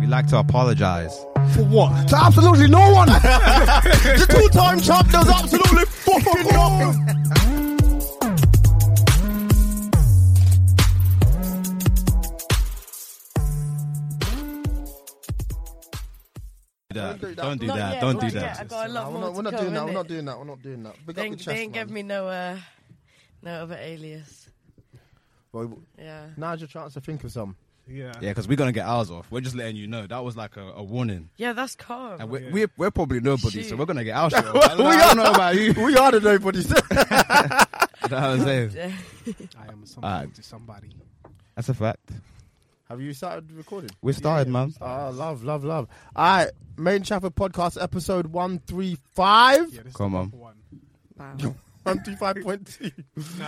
We like to apologize. For what? To absolutely no one. the two-time champ does absolutely fucking nothing. Don't do that. Don't do Not that. yet, Don't do not yet. that. I got a lot Nah, we're more not, to we're not come, doing that. We're innit? not doing that. We're not doing that. Big They, up your ain't- chest, they ain't man. give me no uh, no other alias. Well, Yeah. now's your chance to think of some. Yeah. Yeah, because we're gonna get ours off. We're just letting you know. That was like a, a warning. Oh, Yeah, that's calm. And we're, we're, we're probably nobody, so Shit. we're gonna get our shit. off. I don't know- I don't know about you. We are the nobodies. That's what I'm saying. I am something Alright. to somebody. That's a fact. Have you started recording? We started, man. Ah, love, love, love. All right, Main Chapel Podcast, episode 135. Yeah, Come this is the on. proper one. Wow. 135.2. No, no, this is the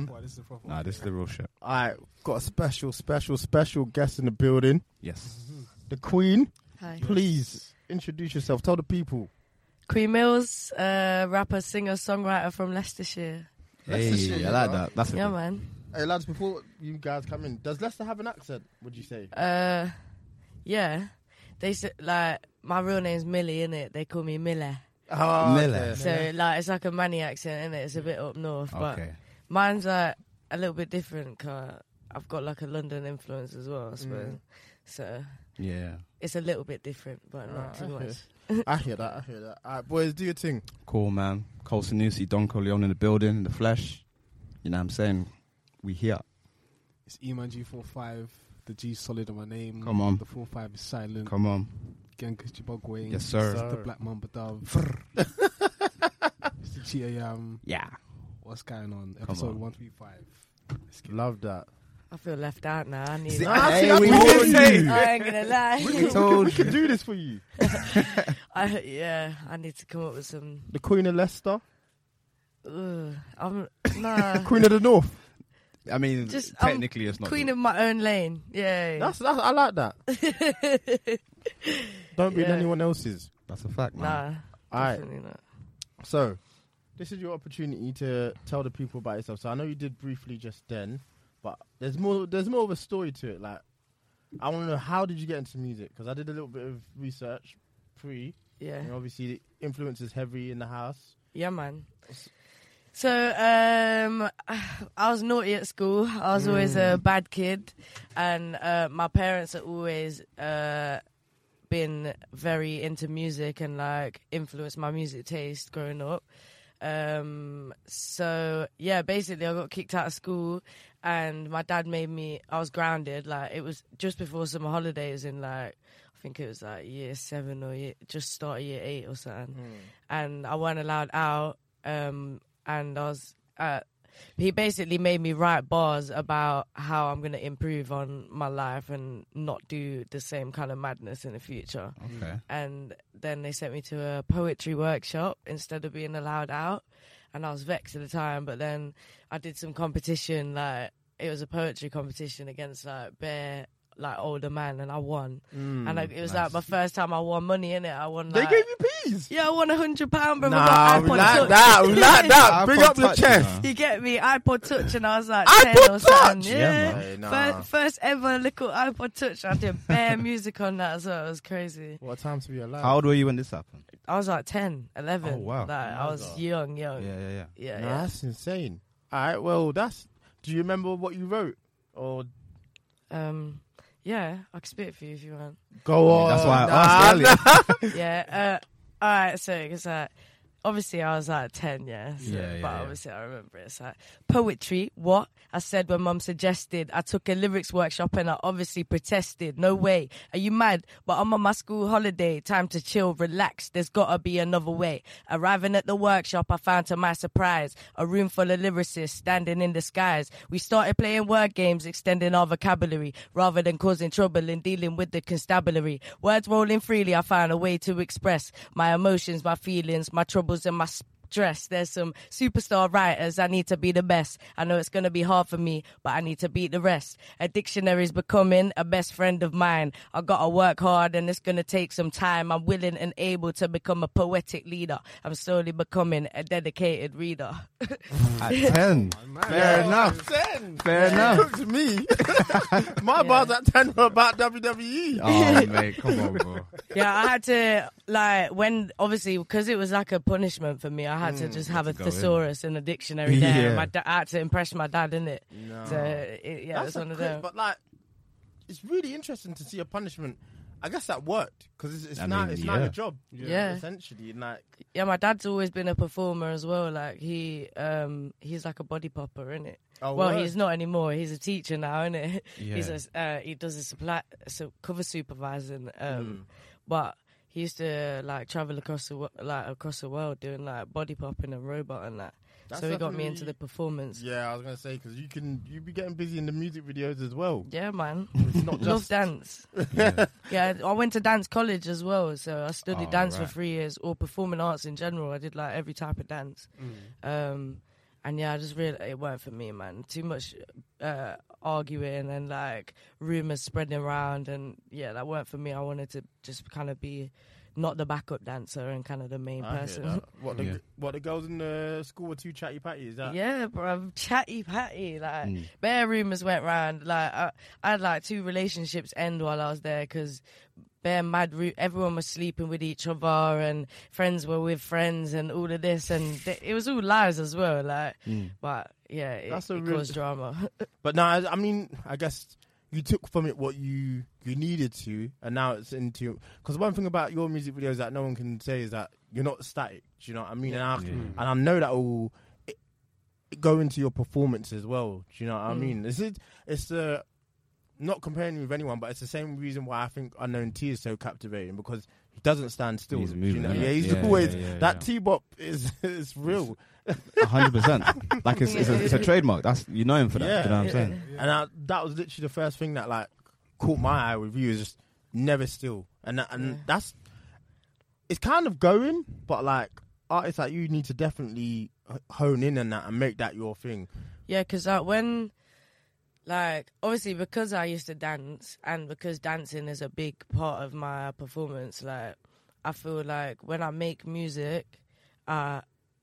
Um, proper one. This is the proper Nah, one. this is the real shit. All right, got a special, special, special guest in the building. Yes. The Queen. Hi. Please introduce yourself. Tell the people. Queen Mills, uh, rapper, singer, songwriter from Leicestershire. That's the shit, Hey, I like you know. that. That's a Yeah, good- man. Hey, lads, before you guys come in, does Leicester have an accent, would you say? Uh, yeah. They said like my real name's Millie, innit? They call me Miller. Oh, Miller. So like it's like a manny accent, innit? It's a bit up north, but Okay. mine's like a little bit different. Cause I've got like a London influence as well, I suppose. So Yeah. it's a little bit different, but not Ah, too okay. much. I hear that, I hear that. All right, boys, do your thing. Cool, man. Cole Sanusi, Don Corleone in the building, in the flesh. You know what I'm saying? We here. It's Eman G45. The G solid on my name. Come on. The 45 is silent. Come on. Genghis Chibogwe. Yes, sir. It's the Black Mamba Dove. it's the GAM. Yeah. What's going on? Episode on. 135. Let's get Love that. I feel left out now. I need. Ah, see, Hey, that's we what told we did you. I ain't gonna lie. We told We you. can do this for you. I, yeah, I need to come up with some. The Queen of Leicester, Ugh, I'm nah. Queen of the North. I mean, Just, um, technically, it's not. Queen of my own lane. Yay. That's, that's I like that. Don't be in Yeah. anyone else's. That's a fact, man. nah. All right, Definitely not. so this is your opportunity to tell the people about yourself. So I know you did briefly just then, but there's more. There's more of a story to it. Like, I want to know how did you get into music? Because I did a little bit of research pre, Yeah. and obviously the influence is heavy in the house. Yeah, man. So um, I was naughty at school. I was always a bad kid, and uh, my parents have always uh, been very into music and like influenced my music taste growing up. Um, so yeah, basically I got kicked out of school, and my dad made me. I was grounded. Like it was just before summer holidays in like I think it was like year seven or year, just start of year eight or something and I weren't allowed out. Um, and I was, uh, he basically made me write bars about how I'm going to improve on my life and not do the same kind of madness in the future. Okay. And then they sent me to a poetry workshop instead of being allowed out. And I was vexed at the time, but then I did some competition, like, it was a poetry competition against like bare like older man and I won. Mm. and like, it was like my first time I won money in it. I won Hmm, They like gave you peas. yeah, I won a hundred pound, brother. Nah, I we got iPod like Touch. that. We like that. iPod Ah, Bring up your Touch, chest. you You get me? iPod Touch, and I was like, iPod 10 or something. Touch? Yeah. Hey, nah. first, first ever little iPod Touch. I did bare music on that as well. It was crazy. What a time to be alive? How old were you when this happened? I was like 10, 11. Oh, wow. Like, I was young, Oh. young. Yeah, yeah, yeah. yeah. Nah, that's insane. All right, well, that's. Do you remember what you wrote? Or Um, Yeah, I can spit it for you if you want. Go on. That's why I asked earlier. yeah. Uh, all right. So, because uh, obviously I was like ten, yeah. So, Yeah, yeah, But yeah. obviously I remember it's like poetry. What I said when Mum suggested I took a lyrics workshop, and I obviously protested. No way. Are you mad? But I'm on my school holiday. Time to chill, relax. There's gotta be another way. Arriving at the workshop, I found to my surprise a room full of lyricists standing in disguise. We started playing word games, extending our vocabulary rather than causing trouble and dealing with the constabulary. Words rolling freely, I found a way to express my emotions, my feelings, my troubles, and my stress. There's some superstar writers. I need to be the best. I know it's going to be hard for me, but I need to beat the rest. A dictionary's becoming a best friend of mine. I got to work hard and it's going to take some time. I'm willing and able to become a poetic leader. I'm slowly becoming a dedicated reader. At 10. Oh, Fair enough. Ten. Fair enough. Look to me. My bars at ten were about E. WWE. Oh, mate, come on, bro. yeah, I had to like when obviously because it was like a punishment for me. I had to just have a Mm, to go in. thesaurus and a dictionary there. Yeah. Oh. My da- I had to impress my dad in it. No. So it, yeah, it's a one of crit, them. But like, it's really interesting to see a punishment. I guess that worked because it's, it's I now mean, it's now yeah. your job. you know, Yeah. essentially, and, like Yeah, my dad's always been a performer as well. Like he, um, he's like a body popper, is it? Oh, well, word. he's not anymore. He's a teacher now, is it? He's Yeah. a, uh, he does a supply so cover supervising. Mm-hmm. Um, but he used to like travel across the wo- like across the world doing like body popping and robot and that. That's so he got me into the definitely- performance. Yeah, yeah, I was gonna say because you can you be getting busy in the music videos as well. man, It's not love just dance. yeah, I went to dance college as well, so I studied Oh, dance right. for three years or performing arts in general. I did like every type of dance. Um, and yeah, I just realized it weren't for me, man. Too much uh, arguing and like rumors spreading around, and yeah, that weren't for me. I wanted to just kind of be not the backup dancer and kind of the main I hear person. that. What the Yeah. what the girls in the school were too chatty patty? Is that Mm. Yeah, bro, chatty patty. Like, Mm, bare rumors went round. Like, I, I had like two relationships end while I was there because bare mad. Ru- everyone was sleeping with each other, and friends were with friends, and all of this, and th- it was all lies as well. Like, mm. but yeah, it, That's That's a it real- caused drama. But no, I, I mean, I guess you took from it what you you needed to, and now it's into. Because one thing about your music videos that no one can say is that you're not static. Do you know what I mean? And I and I know that will it- it go into your performance as well. Do you know what I mean? This is it's the not comparing you with anyone, but it's the same reason why I think Unknown T is so captivating because he doesn't stand still. He's do you know? moving, Yeah, he's yeah, yeah, always yeah, yeah, that yeah. T bop is is real. 100%. Like, it's, it's, a, it's a trademark. That's You know him for that. Yeah. You know what I'm saying? And I, that was literally the first thing that like caught my eye with you is just never still, and that, and that's it's kind of going, but like artists like you need to definitely h- hone in on that and make that your thing. Yeah, because like when, like obviously because I used to dance and because dancing is a big part of my performance. Like I feel like when I make music, uh,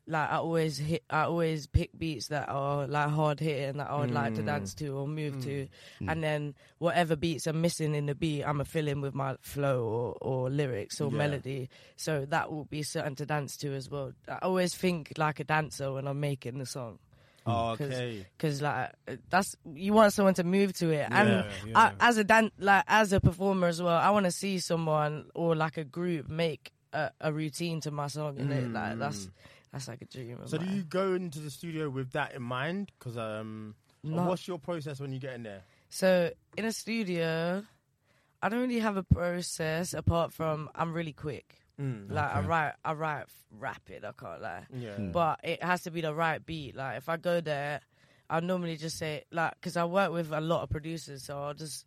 like I always hit, I always pick beats that are like hard hitting that I would like to dance to or move to, and then whatever beats are missing in the beat, I'm a fill in with my flow or, or lyrics or Yeah. melody. So that will be certain to dance to as well. I always think like a dancer when I'm making the song Oh, because like that's you want someone to move to it and Yeah, I, as a dan- like as a performer as well i want to see someone or like a group make a, a routine to my song and it like that's that's like a dream of Mm. So do mine. you go into the studio with that in mind? Because um, and No. what's your process when you get in there? so in a studio i don't really have a process apart from i'm really quick Mm, Mm. like i write i write rapid i can't lie Yeah. Hmm. but it has to be the right beat. Like if I go there, I normally just say like because I work with a lot of producers, so I'll just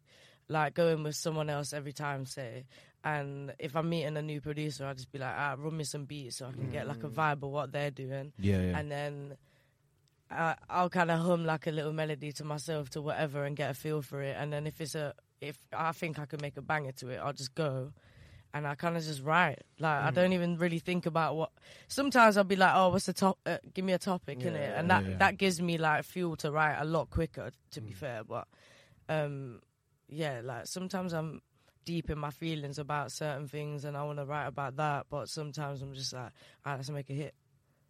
like go in with someone else every time. Say, and if I'm meeting a new producer, I'll just be like, ah, run me some beats so I can get like a vibe of what they're doing, Yeah, yeah. and then. I I'll kind of hum like a little melody to myself to whatever and get a feel for it, and then if it's a if I think I can make a banger to it, I'll just go and I kind of just write. Like I Mm. don't even really think about what. Sometimes I'll be like, "Oh, what's the top? Uh, give me a topic, innit?" And that yeah. Mm. that gives me like fuel to write a lot quicker. To be fair, but um, yeah, like sometimes I'm deep in my feelings about certain things and I want to write about that, but sometimes I'm just like, "Ah, let's make a hit."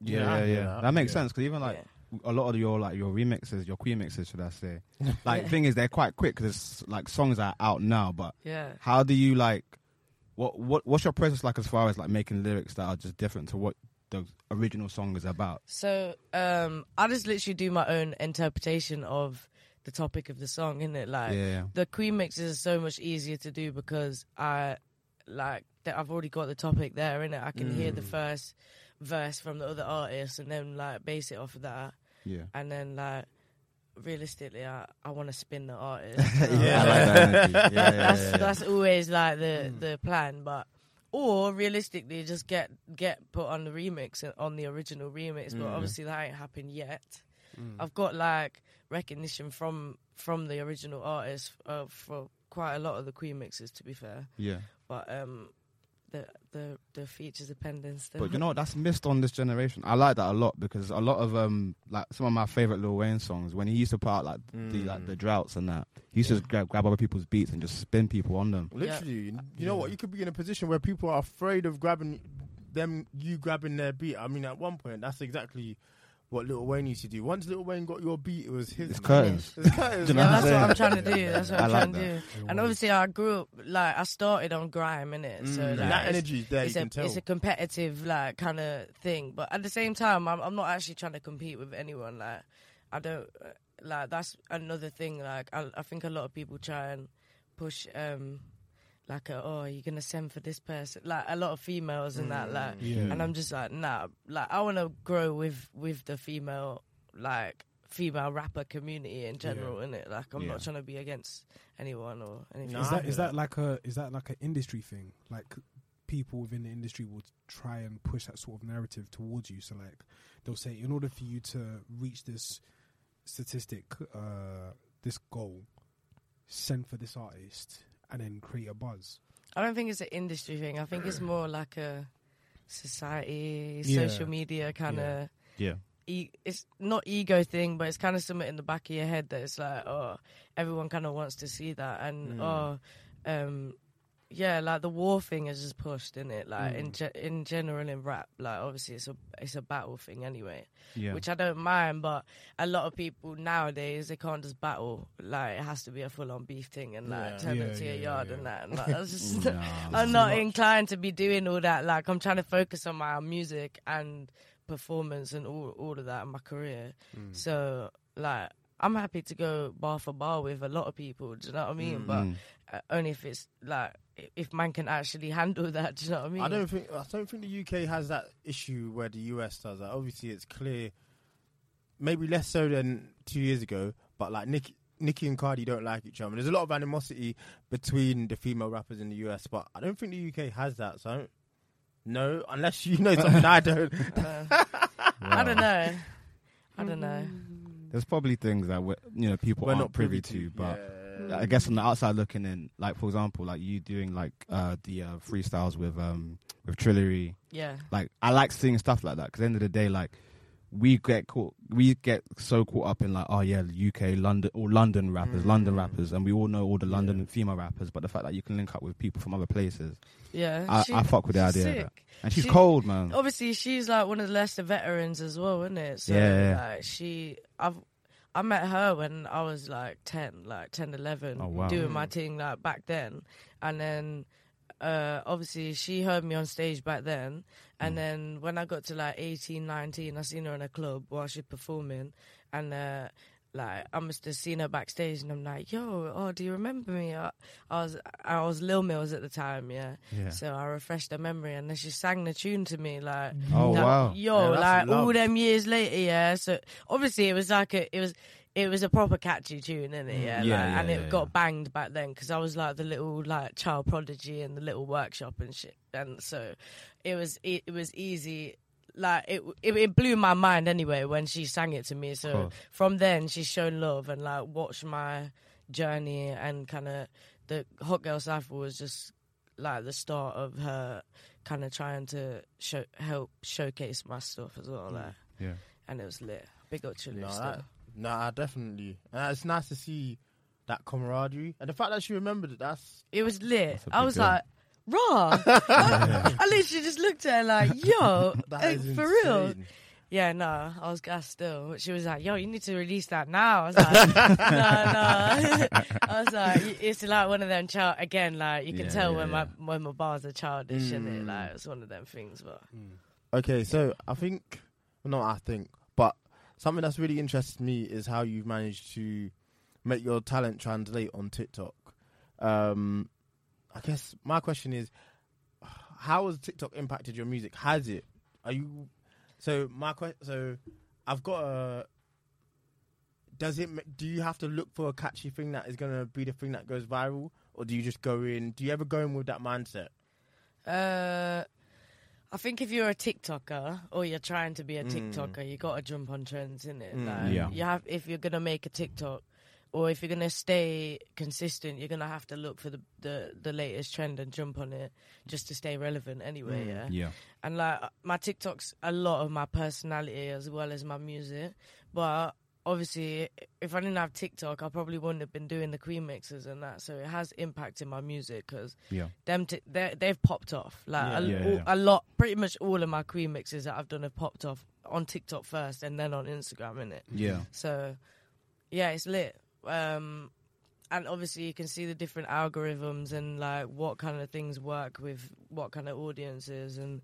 Yeah, yeah, yeah. That makes sense because even like Yeah. a lot of your like your remixes, your queen mixes, should I say? Like, thing is, they're quite quick because like songs are out now. But Yeah. how do you like? What what what's your process like as far as like making lyrics that are just different to what the original song is about? So um, I just literally do my own interpretation of the topic of the song, innit? Like Yeah. the Queen mixes is so much easier to do because I like that I've already got the topic there, innit? I can hear Mm. the first verse from the other artist and then like base it off of that, Yeah. and then like realistically, I I want to spin the artist. yeah, I like that energy. Yeah, yeah, that's yeah, Mm. yeah. that's always like the the plan, but. Or realistically, just get get put on the remix uh, on the original remix, Mm. but obviously that ain't happened yet. I've got like recognition from from the original artist uh, for quite a lot of the Queen mixes, to be fair. yeah. But um, the the the features are pending still. But you know what? that's missed on this generation. I like that a lot because a lot of um like some of my favorite Lil Wayne songs when he used to put out like Mm. the like the droughts and that he used to grab, grab other people's beats and just spin people on them. Literally, you Uh, you know what? You could be in a position where people are afraid of grabbing them, you grabbing their beat. I mean, at one point, that's exactly what Little Wayne used to do. Once Little Wayne got your beat, it was his. It's curtains. It's curtains, Do you know man. Yeah, what I'm that's what saying? I'm trying to do. That's what I I'm like trying to that. do. And obviously, I grew up like I started on grime in it, Mm. so like, that it's- energy's there, It's you a can tell. it's a competitive like kind of thing, but at the same time, I'm I'm not actually trying to compete with anyone. Like I don't uh, like that's another thing. Like I I think a lot of people try and push um like a, oh you're gonna send for this person like a lot of females and that like Mm. and I'm just like nah like I want to grow with with the female like female rapper community in general innit? like I'm Yeah. not trying to be against anyone or anything Nah, Is I that is hear that like a is that like an industry thing? Like people within the industry will try and push that sort of narrative towards you. So like they'll say, in order for you to reach this statistic, uh, this goal, send for this artist and then create a buzz. I don't think it's an industry thing I think it's more like a society Mm. Yeah. social media kind of Yeah. Yeah. e- it's not ego thing, but it's kind of something in the back of your head that it's like, oh, everyone kind of wants to see that, and Mm. oh, um, yeah, like the war thing is just pushed in it, Mm. like in ge- in general in rap, like obviously it's a it's a battle thing anyway, Yeah. which I don't mind, but a lot of people nowadays they can't just battle, like it has to be a full on beef thing and like turn Yeah, up to your yeah, yard yeah. and that, and like, that's just. Nah. I'm not inclined to be doing all that. Like I'm trying to focus on my music and performance and all all of that in my career. Mm. So like I'm happy to go bar for bar with a lot of people. Do you know what I mean? Mm. But uh, only if it's like i- if man can actually handle that. Do you know what I mean? I don't think I don't think the UK has that issue where the US does that. Obviously, it's clear, maybe less so than two years ago, but like Nick, Nicki and Cardi don't like each other. There's a lot of animosity between the female rappers in the US, but I don't think the UK has that. So I don't know unless you know something I don't. Uh, I don't know. I don't know. There's probably things that we you know people We're aren't not privy, privy to, to, but I Mm. guess on the outside looking in, like for example, like you doing like uh the uh, freestyles with um with Trillery. Yeah. Like I like seeing stuff like that because end of the day, like we get caught, we get so caught up in like, oh yeah, UK, London, all London rappers, Mm. London rappers, and we all know all the London female rappers. But the fact that you can link up with people from other places, Yeah. I, Uh, She- I fuck with the she's idea. Of that. sick. And she's She- Oh, cold, man. obviously she's like one of the lesser veterans as well, isn't it? So Yeah, yeah. like she I've I met her when I was like 10, like 10, 11, Oh, wow. doing my thing like back then. And then uh, obviously she heard me on stage back then. Mm. And then when I got to like 18, 19, I seen her in a club while she's performing. And uh, like I must have seen her backstage and I'm like, yo, oh, do you remember me? I, I was I was Lil Mills at the time, yeah. Yeah. So I refreshed her memory and then she sang the tune to me like Oh, that- wow. Yo, Yeah, like that's all love. them years later, yeah. So obviously it was like a, it was, it was a proper catchy tune, innit? Yeah, Mm. Yeah, like, yeah, and it yeah, got yeah. banged back then because I was like the little like child prodigy in the little workshop and shit, and so it was e, it, it was easy. Like it, it, it blew my mind anyway when she sang it to me. So course. from then she's shown love and like watched my journey and kind of the hot girl cipher was just like the start of her kind of trying to show, help showcase my stuff as well. Like, Mm, Yeah. and it was lit. Big up Chile. No, still. that, nah, definitely. Uh, it's nice to see that camaraderie and the fact that she remembered it. That's It was lit. a I big was deal. like, raw. I literally just looked at her like, yo, that like, is for real. insane. Yeah, no, I was gassed still. She was like, "Yo, you need to release that now." I was like, "No, no." I was like, y- "It's like one of them child again. Like you can Yeah, tell yeah, when yeah. my when my bars are childish, and it Mm. like it's one of them things." But Okay, so I think, well, not I think, but something that's really interested me is how you've managed to make your talent translate on TikTok. Um, I guess my question is, how has TikTok impacted your music? Has it? Are you? So my question. So I've got a. Does it? ma- Do you have to look for a catchy thing that is gonna be the thing that goes viral, or do you just go in? Do you ever go in with that mindset? uh, I think if you're a TikToker or you're trying to be a TikToker, you gotta jump on trends, in it. Like, Mm. Yeah. You have if you're gonna make a TikTok. Or if you're gonna stay consistent, you're gonna have to look for the, the, the latest trend and jump on it just to stay relevant Mm. anyway. Yeah. Yeah. and like my TikTok's a lot of my personality as well as my music. But obviously, if I didn't have TikTok, I probably wouldn't have been doing the Queen mixes and that. So it has impacted my music because Yeah. them t- they they've popped off. Like a, Yeah. Yeah, all- yeah. a lot, pretty much all of my Queen mixes that I've done have popped off on TikTok first and then on Instagram, innit? Yeah. So yeah, it's lit. Um and obviously you can see the different algorithms and like what kind of things work with what kind of audiences and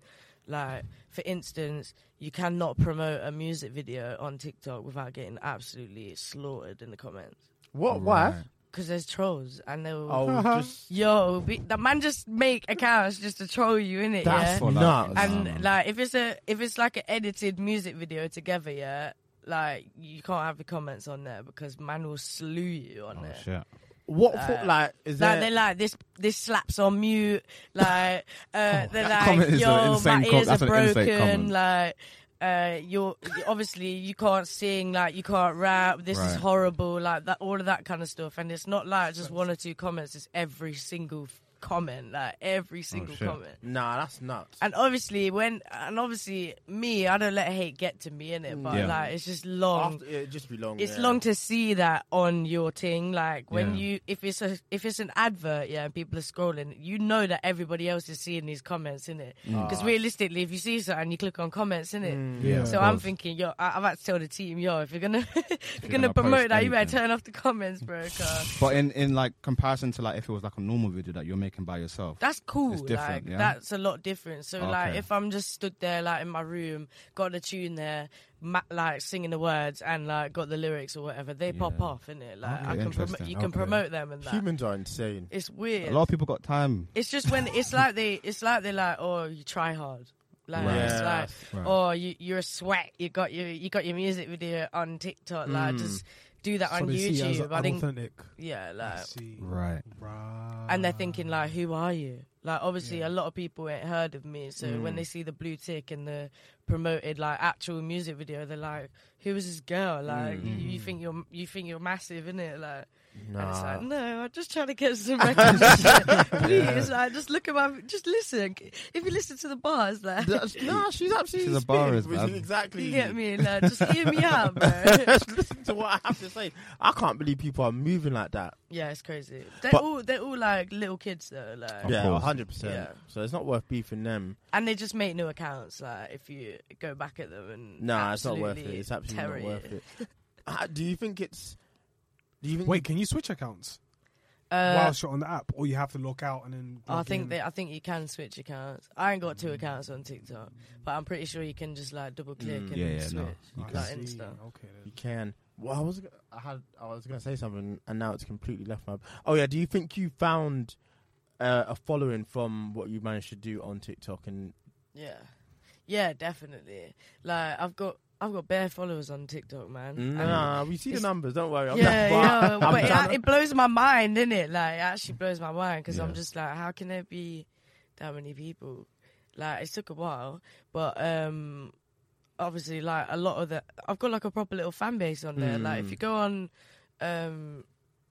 like for instance, you cannot promote a music video on TikTok without getting absolutely slaughtered in the comments What? Why? Right. because there's trolls and they'll Oh, just yo be, the man just make accounts just to troll you in it. yeah? That's For nuts. like- And Nah, man. like, if it's a if it's like an edited music video together, yeah, like you can't have the comments on there because man will slew you on Oh there. shit. What for, like is Uh, Like that? they like this. This slaps on mute. Like uh, they're Oh, that comment like, is an yo, insane my com- ears that's are an insane comment. broken. Like uh, you're obviously you can't sing. Like you can't rap. This is Right. horrible. Like that, all of that kind of stuff. And it's not like just one or two comments. It's every single f- comment. Like every single Oh, shit. comment. nah, that's nuts. And obviously, when and obviously me, I don't let hate get to me in it, but Yeah. like it's just long. After, it just be long. it's yeah. long to see that on your thing. Like when Yeah. you, if it's a, if it's an advert, yeah, and people are scrolling, you know that everybody else is seeing these comments in it. Ah. Because realistically, if you see something, you click on comments in it. Mm. Mm. Yeah. So of I'm course. thinking, yo, I, I've had to tell the team, yo, if you're gonna, if you're, gonna gonna, promote post that, you better anything. turn off the comments, bro. 'cause But in in like comparison to like if it was like a normal video that you're making by yourself. That's cool. It's different, like yeah? that's a lot different. So like Okay. if I'm just stood there like in my room, got the tune there, ma- like singing the words and like got the lyrics or whatever, they pop Yeah. off, innit? Like Okay, I can promo- interesting. you can Okay. promote them and that. Humans are insane. It's weird. a lot of people got time. it's just when it's like they it's like they're like, Oh, you try hard. Like Right. it's Yeah. like oh you you're a sweat, you got your you got your music video on TikTok, Hmm. like just do that so on they see it as YouTube. I think authentic. yeah, like see. Right. Right. and they're thinking like, "Who are you?" Like, obviously, Yeah. a lot of people ain't heard of me, so Mm. when they see the blue tick and the promoted like actual music video, they're like, "Who is this girl?" Mm. Like, you, you think you're you think you're massive, innit? Like, and it's like, no, I'm just trying to get some recognition. Please, like, just look at my, just listen. If you listen to the bars, like, That's- nah, she's absolutely. She's a bar spitting, is which bad. is Exactly. you get me, like, just hear me out, bro. Just listen to what I have to say. I can't believe people are moving like that. yeah, it's crazy. They're But- all they're all like little kids though, like, Of yeah, course. hundred percent. Yeah. So it's not worth beefing them. And they just make new accounts. Like if you go back at them and Nah, it's not worth it. absolutely It's absolutely terror not worth it. Uh, do you think it's? Do you think? Wait, can you switch accounts Uh, whilst you're on the app, or you have to log out and then? I log think in? they, I think you can switch accounts. I ain't Mm. got two accounts on TikTok, but I'm pretty sure you can just like double click Mm. and Yeah, yeah, switch no, you I like can. see. Insta. Okay. you Then. can. Well, I was. gonna- I had. I was gonna say something, and now it's completely left my. Oh yeah. Do you think you found uh, a following from what you managed to do on TikTok and Yeah, yeah, definitely. Like I've got I've got bare followers on TikTok, man. Mm. And- Nah, we see the it's- numbers. Don't worry. I'm yeah, not- yeah, I'm but trying it, to- it blows my mind, innit? it? Like, it actually blows my mind because Yeah. I'm just like, how can there be that many people? Like, it took a while, but um, obviously, like a lot of the, I've got like a proper little fan base on there. Like, Hmm. if you go on, um,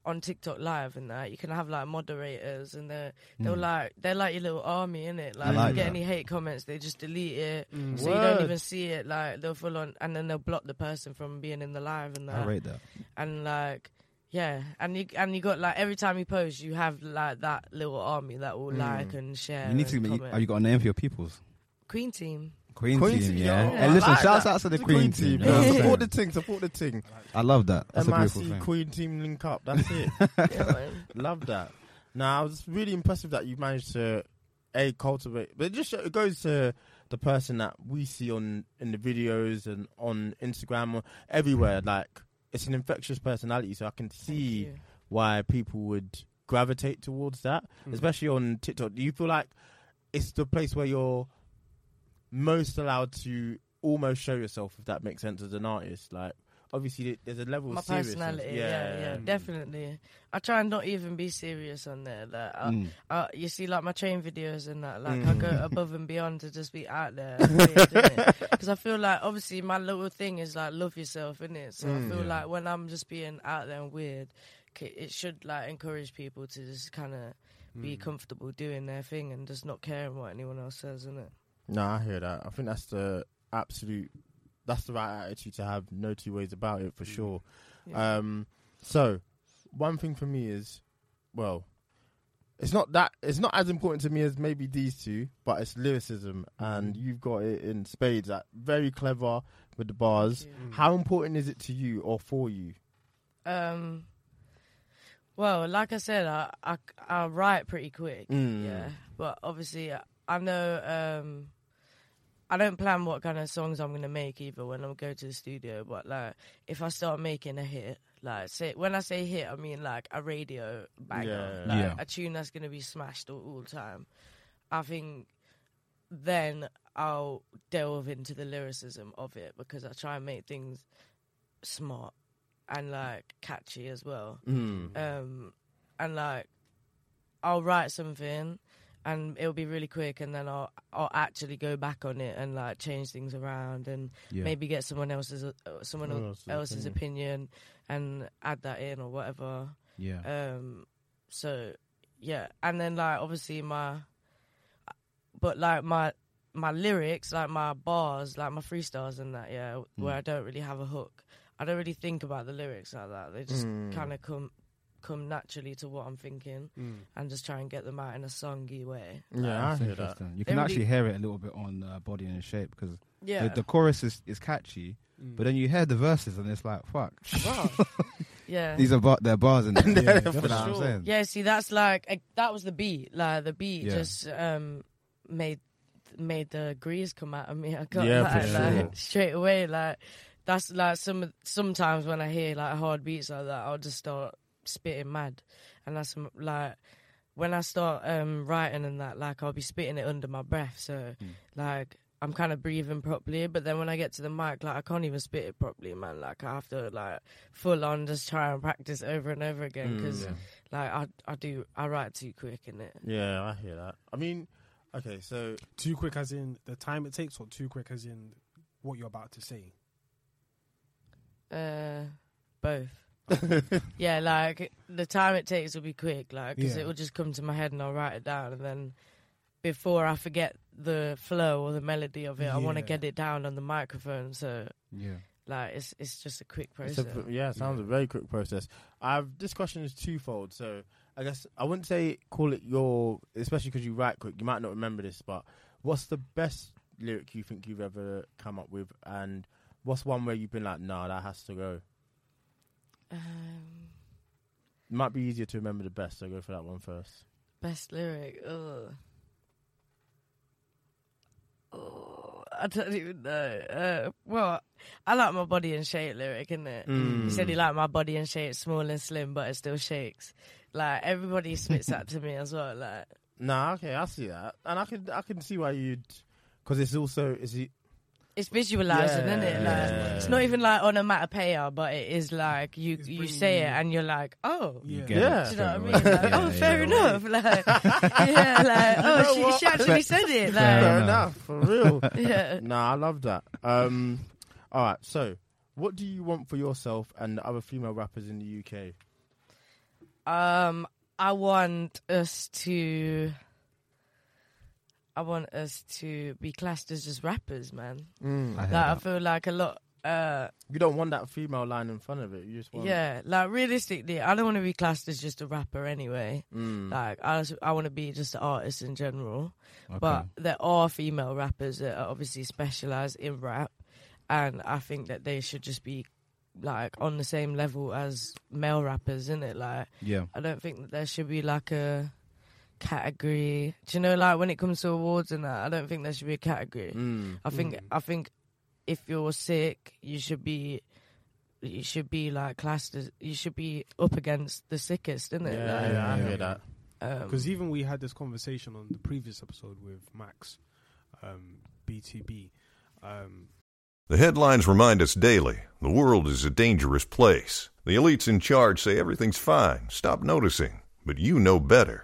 on TikTok Live and that, you can have like moderators, and they're they're like they're like your little army, innit? Like, if Hmm. like you get that. any hate comments, they just delete it, so you don't Word. even see it. Like, they'll full on, and then they'll block the person from being in the live and that I rate that. and like yeah and you and you got like every time you post you have like that little army that will like and share Mm. You need and to. You, comment. have you got a name for your peoples? queen team Queen, Queen team, team, yeah. yo. And listen, Like shouts that. out to the The Queen, team. you know yeah, what I'm support the saying? thing. Support the thing. I love that. That's a beautiful MIC thing. Queen team link up. That's it. Yeah, man. Love that. Now, I was really impressive that you managed to a cultivate, but it just sho- it goes to the person that we see on in the videos and on Instagram or everywhere. Like it's an infectious personality, so I can Thank see you. why people would gravitate towards that, Mm. especially on TikTok. Do you feel like it's the place where you're most allowed to almost show yourself, if that makes sense, as an artist? Like, obviously, th- there's a level my of seriousness. personality. Yeah, yeah, Mm. definitely. I try and not even be serious on there. Like, I, Mm. I, you see, like my train videos and that. Like, I Mm. go above and beyond to just be out there because I feel like obviously my little thing is like love yourself, is it? So Mm. I feel Yeah. like when I'm just being out there and weird, c- it should like encourage people to just kind of Mm. be comfortable doing their thing and just not caring what anyone else says, isn't it? No, I hear that. I think that's the absolute, that's the right attitude to have. No two ways about it, for sure. Um, so, one thing for me is, well, it's not that it's not as important to me as maybe these two, but it's lyricism, and you've got it in spades. Like, very clever with the bars. Hmm. How important is it to you or for you? Um, well, like I said, I, I, I write pretty quick. Mm. Yeah, but obviously, I- I know um, I don't plan what kind of songs I'm gonna make either when I go to the studio. But like, if I start making a hit, like say when I say hit, I mean like a radio banger, Yeah. like Yeah. a tune that's gonna be smashed all, all the time. I think then I'll delve into the lyricism of it because I try and make things smart and like catchy as well Mm. um, and like I'll write something, and it'll be really quick, and then I'll I'll actually go back on it and like change things around, and Yeah. Mm. maybe get someone else's uh, someone Someone else's, else's else's opinion. and add that in or whatever. Yeah. Um, so yeah, and then like obviously my, but like my my lyrics, like my bars, like my freestyles and that, yeah, where Mm. I don't really have a hook. I don't really think about the lyrics like that. They just Hmm. Mm. kind of come come naturally to what I'm thinking Hmm. and just try and get them out in a songy way. Yeah, I That's hear that. interesting. You can They actually hear it a little bit on uh, Body and Shape because Yeah. the, the chorus is, is catchy, but then you hear the verses and it's like, fuck. Wow. yeah. These are bar- their bars in there. Yeah, That's for what I'm sure. saying. Yeah, see, that's like a, that was the beat. Like the beat Yeah. just um made made the grease come out of me. I got Yeah, like, for sure. like straight away. Like that's like some sometimes when I hear like hard beats like that, I'll just start spitting mad, and that's m- like. When I start um, writing and that, like I'll be spitting it under my breath, so Hmm. like I'm kind of breathing properly. But then when I get to the mic, like I can't even spit it properly, man. Like I have to like full on just try and practice over and over again Mm. because like I, I do, I write too quick in it. Yeah, I hear that. I mean, okay, so Too quick, as in the time it takes, or too quick, as in what you're about to say. Uh, both. yeah, like the time it takes will be quick, like because Yeah. it will just come to my head and I'll write it down, and then before I forget the flow or the melody of it, I want to Yeah. get it down on the microphone. So Yeah. like it's it's just a quick It's process. a, v- yeah, it sounds a very quick process. I've this question is twofold, so I guess I wouldn't say call it your, especially because you write quick. You might not remember this, but what's the best lyric you think you've ever come up with, and what's one where you've been like, nah, that has to go. um, It might be easier to remember the best, so go for that one first. Best lyric. Ugh. Oh, I don't even know. Uh, well, I like my body and shape lyric, innit? Mm. He said he liked my body and shape, small and slim, but it still shakes. Like everybody spits that to me as well. Like, Nah, okay, I see that, and I can I can see why you'd, because it's also is it it's visualizing, Yeah. isn't it? Like, Yeah. it's not even like on a matapaya, but it is like you It's you bringing say you- it and you're like, oh. You Yeah. get Yeah. it Do you know what I mean? straight Like, away. Yeah, oh, yeah, fair yeah. enough. Like, yeah, like, You oh, know she, what? she actually said it. Like, fair enough. enough for real. yeah. Nah, I love that. Um, all right, so what do you want for yourself and the other female rappers in the UK? Um, I want us to. I want us to be classed as just rappers, man. I hear Like, I that. feel like a lot uh, You don't want that female line in front of it. You just want yeah, like realistically, I don't want to be classed as just a rapper anyway. Mm. Like I, just, I want to be just an artist in general. But there are female rappers that are obviously specialize in rap, and I think that they should just be like on the same level as male rappers, isn't it? Like yeah, I don't think that there should be like a category. Do you know, like when it comes to awards and that, I don't think there should be a category. Mm. I think Mm. I think if you're sick, you should be you should be like classed as you should be up against the sickest, isn't Yeah, it? yeah, Like, I yeah, hear yeah. that. um, Because even we had this conversation on the previous episode with Max, um, B2B. Um, The headlines remind us daily the world is a dangerous place. The elites in charge say everything's fine, stop noticing. But you know better.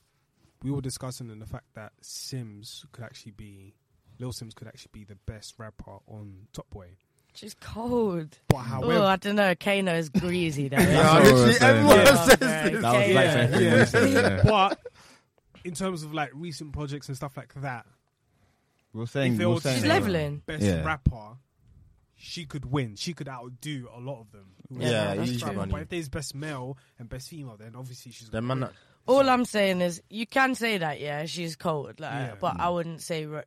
we were discussing in the fact that Sims could actually be, Lil Sims could actually be the best rapper on Top Boy. she's cold. But Oh, I however, don't know. Kano is greasy though. Yeah, Yeah, that's what I was saying. Yeah. literally everyone says this. Yeah. that was like Yeah, yeah. something you said, yeah. but in terms of like recent projects and stuff like that, We We're saying If they we we're were saying She's Yeah. leveling. best Yeah. rapper, she could win. She could outdo a lot of them. who Yeah, are that's best true. rapper. money. But if there's best male and best female, then obviously she's. Them gonna man win. not- All I'm saying is you can say that. Yeah, she's cold. Like, Yeah. but I wouldn't say. Re-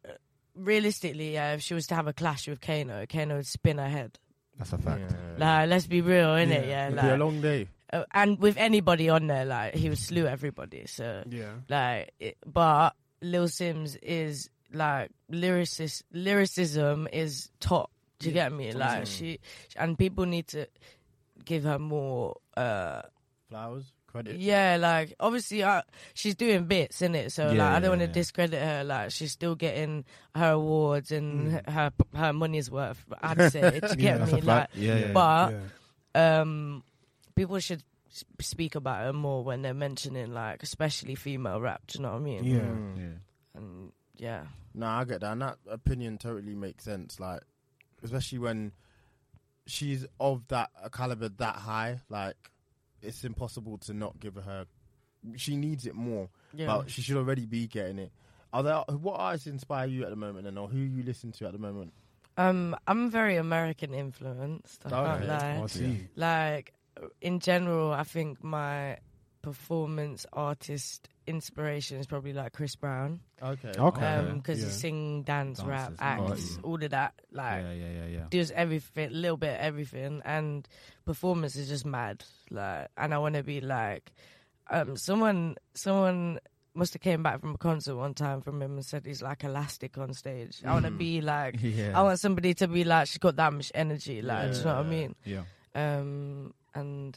Realistically, yeah, if she was to have a clash with Kano, Kano would spin her head. That's a fact. Like, let's be real, innit? Yeah, Yeah. It'd like, be a long day. uh, and with anybody on there, like he would slew everybody. So Yeah. like, it, but Lil Sims is like lyricist. Lyricism is top. Do you Yeah, get me? top Like tier. she and people need to give her more. uh Flowers, credit. Yeah, like obviously I, she's doing bits in it, so like Yeah, I don't want to yeah. discredit her. Like she's still getting her awards and her her money's worth. I'd say. Do you Yeah, get Mm. That's me? a Like fact. Yeah, yeah. but- yeah. um people should s- speak about her more when they're mentioning like especially female rap do you know what i mean Yeah. Mm. yeah. and yeah No, I get that. And that opinion totally makes sense. Like, especially when she's of that a caliber that high, like it's impossible to not give her. She needs it more, yeah but she should already be getting it. Are there what artists inspire you at the moment, and or who you listen to at the moment? um i'm very american influenced I Oh, can't yeah. lie. I see. like in general i think my performance artist inspiration is probably like chris brown Okay, Okay. Um 'cause Uh-huh. yeah. because Yeah. he sing dance Dances, rap arts. acts all of that like yeah, yeah, yeah, yeah. does everything, little bit of everything, and performance is just mad. Like, and I want to be like, um, someone, someone must have came back from a concert one time from him and said he's like elastic on stage. I want to Mm. be like, yeah. I want somebody to be like she's got that much energy. Like, do you know what I Yeah. mean? yeah. Um, and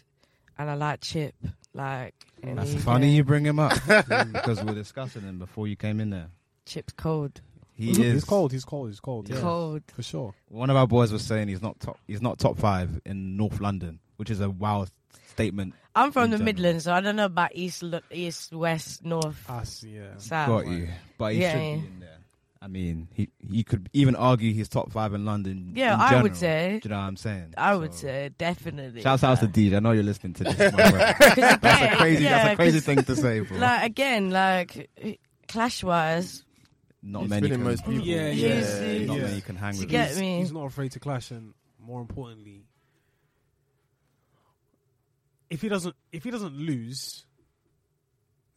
and I like Chip. Like, in Oh, That's the funny UK. you bring him up because we were discussing him before you came in there. Chip's cold, He is He's cold. He's cold. He's cold. Yeah. Yeah. cold. For sure. One of our boys was saying he's not top. He's not top five in North London, which is a wild statement. I'm from In the general. Midlands, so I don't know about east, lo- east, west, north, Us. Yeah. south. Got you, but he Yeah, should yeah. be in there. I mean, he he could even argue he's top five in London. Yeah, in I general. would say. Do you know what I'm saying? I would So- say definitely. Shouts out to like- Deej. I know you're listening to this. my brother. 'Cause again, that's a crazy. that's yeah, a crazy 'cause, thing to say, bro. Like again, like clash wise, not He's many. winning Can, most people. Yeah, yeah, yeah. Not Yeah. many can hang You with. get him. He's- me. He's not afraid to clash, and more importantly, if he doesn't, if he doesn't lose,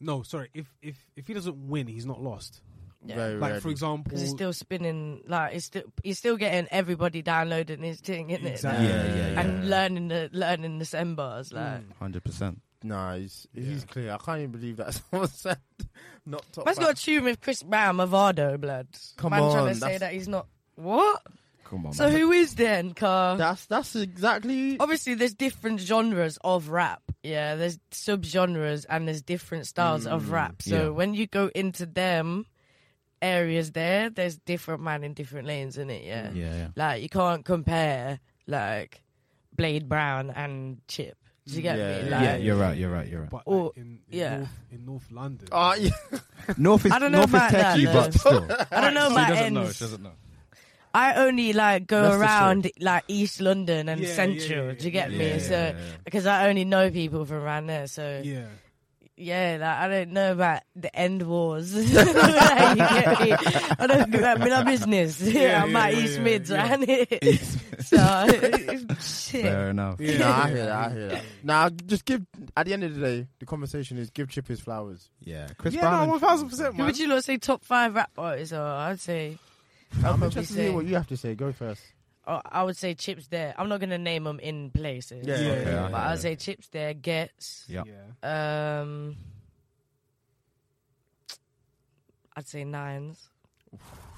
no, sorry, if if if he doesn't win, he's not lost. yeah. Very Like for rarely. example, Because he's still spinning, like he's still he's still getting everybody downloading his thing, isn't it? Exactly. Like, Yeah, Hmm. yeah, yeah. And learning the learning the sembars, like Mm. Hundred percent. Nah, he's, he's Yeah. clear. I can't even believe that someone said not top. Man's five. got a tune with Chris Brown, Movado, blood. Come Man trying on, to say that's- that he's not. What? Come on. So man. who is then, Car? That's that's exactly. Obviously, there's different genres of rap. Yeah, there's subgenres and there's different styles of rap. So Mm, yeah. when you go into them areas, there, there's different man in different lanes, in it. Yeah. Yeah, yeah. Like you can't compare like Blade Brown and Chip. Do you get Yeah, me? yeah, Like, Yeah, you're right. You're right. You're right. But Or- like, in, in yeah. North, in North London, Ah, yeah. North is I don't know North is about that, techie, though. but still. I don't know She about doesn't know. ends. She doesn't know. I only like go That's the around like East London and Yeah, yeah, Central. yeah, do you get yeah, me? yeah, so yeah, yeah. because I only know people from around there, so yeah, yeah, like, I don't know about the end wars. Like, you get me? I don't know about my business. Yeah, Yeah, I'm yeah, at yeah, East yeah, Mids, yeah. and it. so shit. Fair enough. yeah. Nah, I hear that. I hear that. Nah, just give. At the end of the day, the conversation is give Chip his flowers. Yeah, Chris yeah, Brown. no, one thousand percent, Who man. would you lot say top five rap artists are? I'd say. I'd I'm probably interested to hear say. what you have to say. Go first. oh, I would say Chips there. I'm not gonna name them in places. Yeah, yeah, but yeah, I'd yeah. say Chips there gets. Yeah. Um, I'd say nines.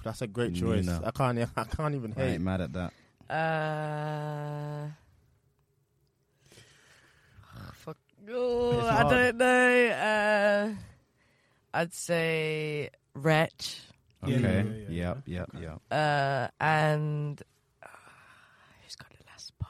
That's a great choice. Nina. I can't. e- I can't even I hate. ain't mad at that. Uh, fuck. Oh, It's I hard. don't know. Uh, I'd say wretch. Yeah, yeah, Okay. yeah, yeah. Yep. Yep. Yep. Uh, and uh, who's got the last spot?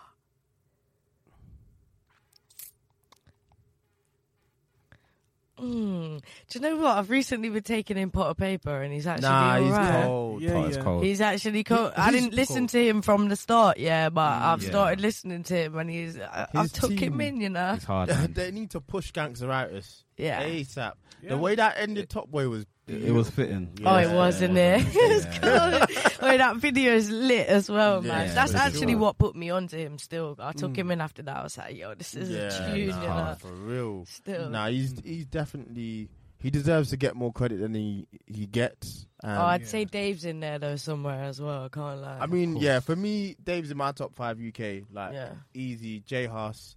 Mm. Do you know what? I've recently been taking in pot of paper, and he's actually nah, he's alright. cold. Yeah, Oh, it's yeah. cold. He's actually cool. He- I he's didn't listen cool. to him from the start, yeah, but I've yeah. started listening to him and he's. I, I His took him team. in, you know? It's hard. man. they need to push Gangsteratus Yeah. ASAP. Yeah. The way that ended Top Boy was. It it was fitting. Oh, Yeah. it was, in there. it's cool. Wait, that video's lit as well, man. Yeah, That's for actually sure. what put me onto him still. I took Mm. him in after that. I was like, yo, this is Yeah, a tune, it's you know? hard. for real. Still. Nah, he's he's definitely he deserves to get more credit than he he gets. And oh, I'd Yeah. say Dave's in there, though, somewhere as well. I can't lie. I mean, yeah, for me, Dave's in my top five UK. Like Yeah. easy, J Huss.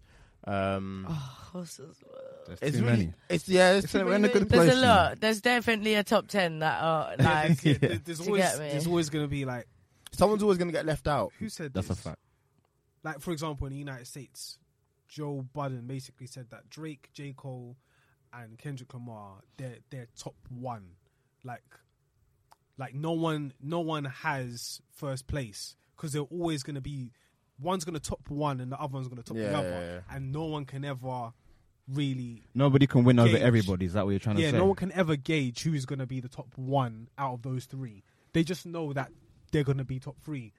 Um, Oh, what's this- There's it's too really, many. It's yeah, it's It's too a- many we're in a good names. There's a Question. lot. There's definitely a top 10 that are like. Yeah, there- There's Do you always get me? there's always gonna be like Someone's always gonna get left out. who said That's a this? fact. Like for example, in the United States, Joe Budden basically said that Drake, J Cole, and Kendrick Lamar they're they're top one. Like, like no one no one has first place because they're always gonna be one's gonna top one and the other one's gonna top Yeah, the yeah, other, yeah. and no one can ever really Nobody can win over Gauge. everybody. Is that what you're trying to yeah, say? no one can ever gauge who is going to be the top one out of those three. They just know that they're going to be top three,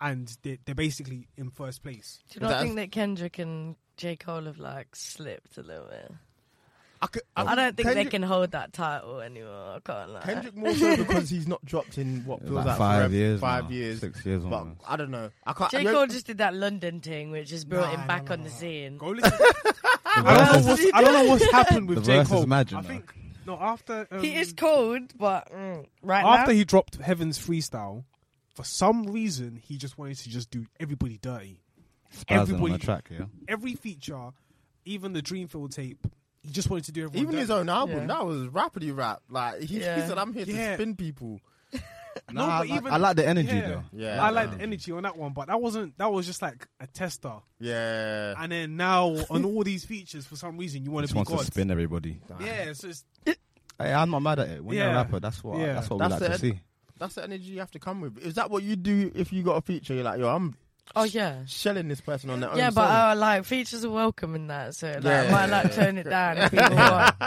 and they, they're basically in first place. Do you not That's- think that Kendrick and J. Cole have like slipped a little bit? I, could, I don't think Um, Kendrick, they can hold that title anymore. I can't lie. Kendrick more so because he's not dropped in what feels Like like, five forever- years five now, years, six years But almost. I don't know. I can't. J. I don't- Cole just did that London thing, which has brought Nah, him nah, back nah, on the nah. scene. Go listen. The I don't verses- know what's I don't know what's happened with The J verse is Cole. mad, you I know. think no after um, He is cold, but mm, right after now, he dropped Heaven's Freestyle. For some reason, he just wanted to just do everybody dirty. Spazzing on everybody- the track. Yeah. Every feature, even the Dreamfield tape, he just wanted to do everyone even dirty. his own album Yeah. that was rapidly rap. Like he, he Yeah. said, "I'm here Yeah. to spin people." No, Nah, I, but like, even I like the energy Yeah. though. Yeah, I like the energy on that one, but that wasn't that was just like a tester. Yeah, And then now on all these features, for some reason, you want Just to be wants God. to spin everybody. Yeah, it's just Hey, I'm not mad at it. When you're a Yeah. rapper, that's what Yeah. that's what That's we like to it. see. that's the energy you have to come with. Is that what you do if you got a feature? You're like, "Yo, I'm oh yeah, shelling this person on their own." yeah, but song. uh, like features are welcome in that, so like, Yeah, yeah, might like yeah. tone it down. If people want.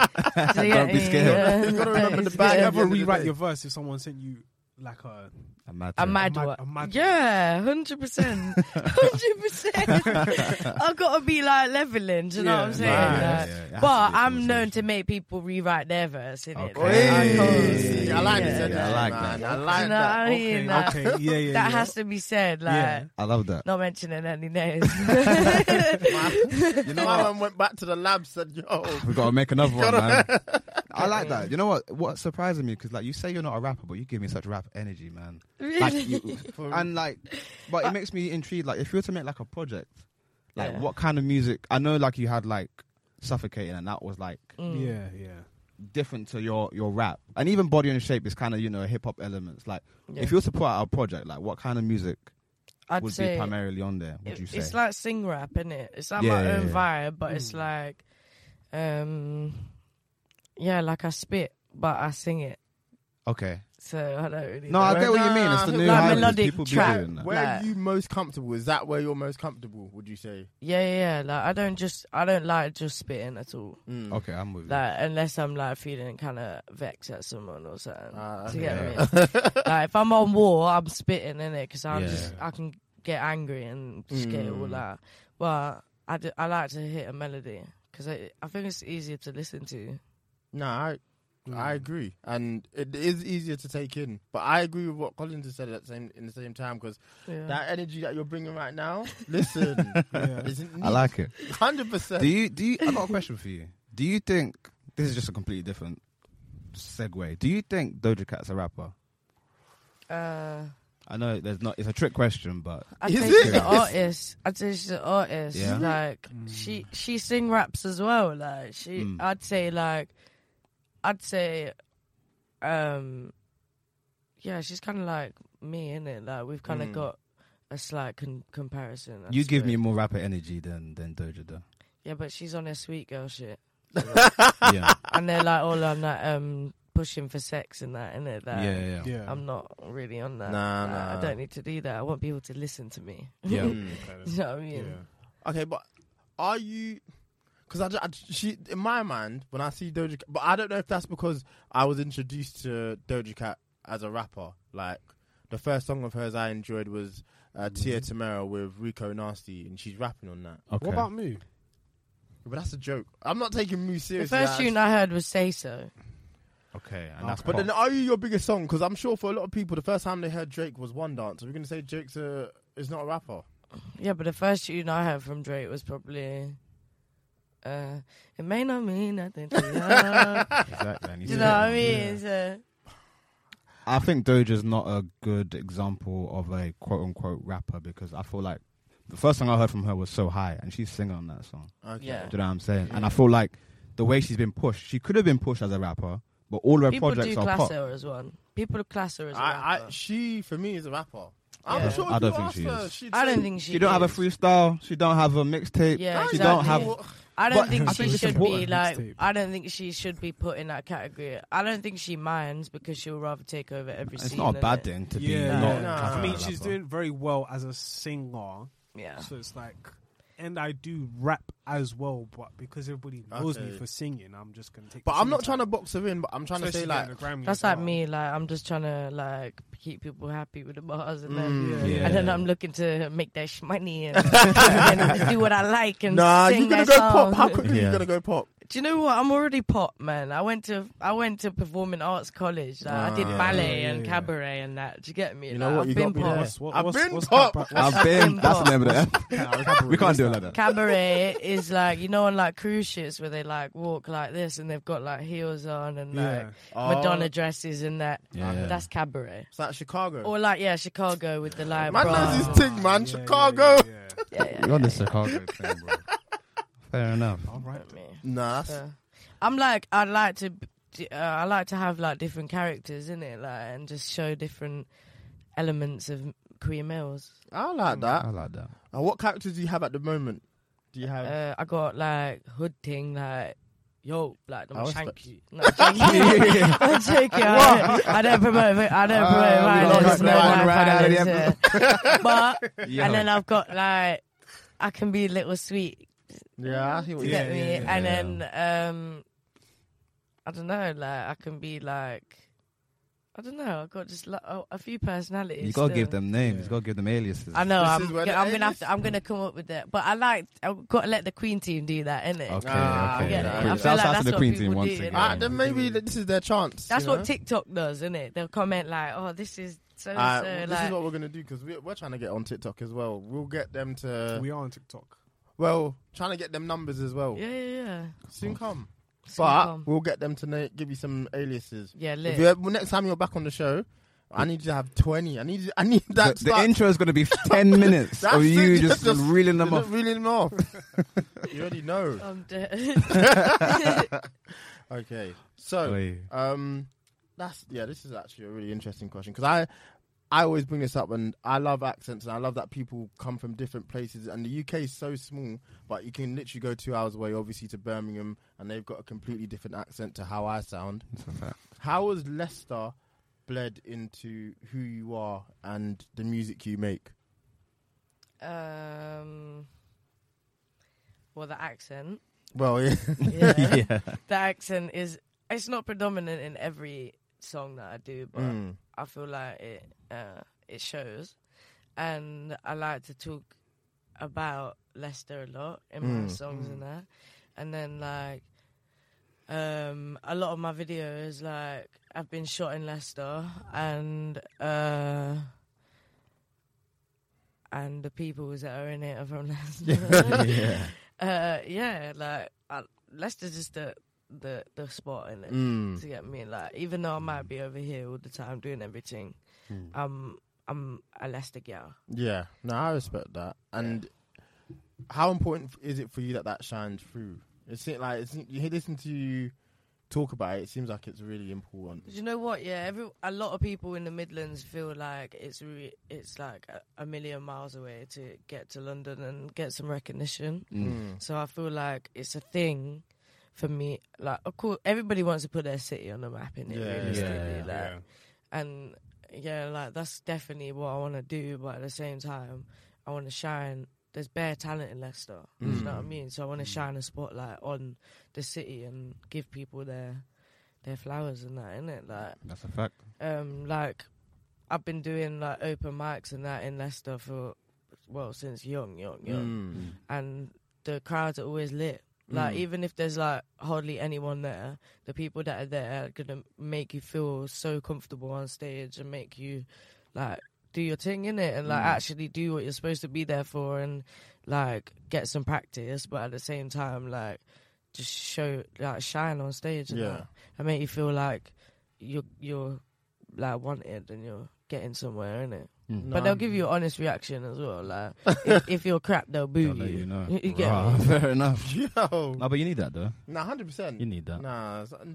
Do you Don't get be me? scared. Yeah. You gotta remember the bag. you Yeah, at the end never of the rewrite day. your verse if someone sent you like a I'm mad. A to it. mad, mad- one. a mad one. yeah, hundred percent, hundred percent. I've got to be like leveling. Do you know Yeah. what I'm saying? Right. Yeah, Like, yeah, it has but to be a I'm known to conversation. make people rewrite their verse. In it, Okay. Like, I can't- Hey. I like this Yeah. energy, I like man. that. I like You know that. what I mean? Okay. Nah. okay, yeah, yeah, that yeah. has to be said. Like, Yeah. I love that. not mentioning any names. You know, my man went back to the lab, said, "Yo, We gotta make another one, man. I like that. You know what? What's surprising me because like you say you're not a rapper, but you give me such rap energy, man. Like, you, and like, but it makes me intrigued. Like, if you were to make like a project, like Yeah. what kind of music? I know, like you had like suffocating, and that was like Mm. Yeah, yeah. different to your your rap. And even body and shape is kind of you know hip hop elements. Like if you were to put out a project, like what kind of music I'd would say be primarily on there? Would it- you say? it's like sing rap, isn't it? It's like Yeah, my yeah, own yeah. vibe, but it's like, um, yeah, like I spit, but I sing it. okay. So I don't really. No, know. I get what you mean. It's the Nah, new like hype. melodic People trap. be doing that. Where Like- are you most comfortable? Is that where you're most comfortable? Would you say? Yeah, yeah, yeah. Like I don't just, I don't like just spitting at all. Mm. Okay, I'm with you. Like unless I'm like feeling kind of vexed at someone or something. Ah, Do you get okay. me? like if I'm on war, I'm spitting in it because I'm Yeah. just I can get angry and just get all out. But I, d- I like to hit a melody because I I think it's easier to listen to. Nah, I, Mm. I agree, and it is easier to take in. But I agree with what Collins has said at the same in the same time because Yeah. that energy that you're bringing right now, listen, I like it. hundred Do percent. you? Do you? I've got a question for you. Do you think this is just a completely different segue? Do you think Doja Cat's a rapper? Uh, I know there's not. It's a trick question, but I'd Is say it? she's an artist. I'd say she's an artist. Yeah. Like she she sing raps as well. Like she Mm. I'd say like I'd say um yeah, she's kinda like me, in it? Like we've kinda got a slight con- comparison. I you Mm. give suppose. me more rapper energy than than Doja. Though. Yeah, but she's on her sweet girl shit. Yeah, and they're like all on that um pushing for sex and that, innit? Like, yeah, yeah. Yeah. I'm not really on that. Nah, Like, nah. I don't need to do that. I want people to listen to me. Yeah. Hmm. you know what I mean? yeah. Okay, but are you? Because I, ju- I ju- she in my mind when I see Doja, Cat, but I don't know if that's because I was introduced to Doja Cat as a rapper. Like the first song of hers I enjoyed was uh, Mm-hmm. Tia Tamara with Rico Nasty, and she's rapping on that. Okay. What about me? But that's a joke. I'm not taking Moo The seriously. first I- tune I heard was Say So. okay? And that's But pop. then, are you your biggest song? Because I'm sure for a lot of people, the first time they heard Drake was One Dance. Are we going to say Drake's a, is not a rapper? Yeah, but the first tune I heard from Drake was probably. Uh, it may not mean nothing to you. exactly. and he's you saying know what I that. mean? So, I think Doja's not a good example of a quote unquote rapper because I feel like the first song I heard from her was so high and she's singing on that song. Okay. Yeah. Do you know what I'm saying? And I feel like the way she's been pushed, she could have been pushed as a rapper, but all her people do projects are class pop. her as one. People class her as one. I, I, I, she for me is a rapper. I'm Yeah. sure if I don't you think asked she her, is. she'd don't say- think she. She don't have a is. freestyle. She don't have a mixtape. Yeah, she don't exactly. have. I but don't think I she think it's should be important. like. Mixtape. I don't think she should be put in that category. I don't think she minds because she'll rather take over every It's scene. not a bad innit? thing to be. Yeah, not no. classed I as a mean, she's rapper. doing very well as a singer. Yeah. So it's like, and I do rap as well, but because everybody knows me Okay. for singing, I'm just gonna take. But the I'm not singing trying to title. box her in. But I'm trying So to say she's like, getting a Grammy That's as like well. me. Like I'm just trying to like keep people happy with the bars, Mm. and mm, then Yeah, Yeah. and then I'm looking to make that sh- money and, and then do what I like and nah, sing you're gonna that go song. pop. How quickly Yeah. you gonna go pop? Do you know what? I'm already pop, man. I went to I went to performing arts college. Like, I did ballet yeah, and yeah. cabaret and that. Do you get me? Ah, You know Like, what? I've You been got me pop. there. What's- what- I've what's- been what's pop. that- what's- I've been. Fucking That's the pop. name of that. we can't do it like that. Cabaret is like you know on like cruise ships where they like walk like this and they've got like heels on and like Yeah. Oh. Madonna dresses and that. Yeah. That's cabaret. It's like Chicago. Or like yeah, Chicago with the like. Man bra. knows his thing, man. Yeah, yeah, Chicago. yeah, yeah. Yeah, yeah. You're on the Chicago thing, bro. Fair enough. All right. me. Nah, that's, So, I'm like I'd like to b- d- uh, I like to have like different characters in it like and just show different elements of Queen Mills. I like that. I like that. Uh, what characters do you have at the moment? Do you have? Uh, I got like hood thing like yo like I I'm was shanky. No, I'm joking. I'm joking. I don't- I don't promote vi- I don't promote Ah, we don't violence. like No that one like right out of violence. yeah. But Yeah. and then I've got like I can be little sweet yeah, I see what You you get Yeah, me? yeah, yeah. and then um I don't know, like I can be like I don't know, I've got just like, a, a few personalities. You gotta still. give them names. You gotta give them aliases. I know. This I'm, is where yeah, the I'm gonna have alias- to. I'm gonna come up with that. But I like. I've got to let the Queen team do that, innit? Okay, Ah, okay. Queen- yeah, yeah, yeah. I feel Shouts like out to that's the what Queen people team once did, again. yeah. Alright, Ah, then maybe th- this is their chance. That's you know? what TikTok does, isn't it? They'll comment like, "Oh, this is so and so." Alright, Uh, well, this like, is what we're gonna do because we, we're trying to get on TikTok as well. We'll get them to We are on TikTok. well, trying to get them numbers as well. yeah, yeah, yeah. Soon come, Soon but come. we'll get them to na- give you some aliases. Yeah, If lit. you, well, next time you're back on the show, I need to have twenty. I need. I need that. the start- intro is going to be 10 minutes that of thing, you just, reeling them just off. Reeling them off. you already know. I'm dead. Okay, so um, that's yeah. This is actually a really interesting question because I I always bring this up and I love accents and I love that people come from different places and the UK is so small, but you can literally go two hours away, obviously to Birmingham, and they've got a completely different accent to how I sound. How was Leicester bled into who you are and the music you make? um, well, the accent. Well, yeah. Yeah. Mm. The accent is. It's not predominant in every song that I do, but Mm. I feel like it uh, it shows, and I like to talk about Leicester a lot in my Mm. songs and that, and then like um, a lot of my videos like I've been shot in Leicester, and uh, and the peoples that are in it are from Leicester. yeah, uh, yeah, like I, Leicester's just the the the spot in it Mm. to get me. Like, even though I might be over here all the time doing everything, um, I'm a Leicester girl. Yeah, no, I respect that. And how important f- is it for you that that shines through? It's like it's, you hear- listen to you talk about it. It seems like it's really important. 'Cause you know what? Yeah, every a lot of people in the Midlands feel like it's re, it's like a, a million miles away to get to London and get some recognition. Mm. So I feel like it's a thing for me. Like, of course, everybody wants to put their city on the map in it. Yeah, yeah, realistically, yeah, like, and yeah, like that's definitely what I want to do. But at the same time, I want to shine. There's bare talent in Leicester. Do you know what I mean? So I want to shine a spotlight on the city and give people their their flowers and that, innit? Like, That's a fact. um, like I've been doing like open mics and that in Leicester for well since young, young, young Mm. and the crowds are always lit. Like Mm. even if there's like hardly anyone there, the people that are there are gonna make you feel so comfortable on stage and make you like do your thing in it and Mm. like actually do what you're supposed to be there for and like get some practice, but at the same time like just show like shine on stage and Yeah. that. and make you feel like you're you're like wanted and you're getting somewhere in it. Mm. No, But they'll I'm- give you an honest reaction as well. Like if, if you're crap, they'll boo I'll let you. you know. You get Rah, me? fair enough. yo, No, but you need that though. nah, hundred percent. You need that. Nah, it's-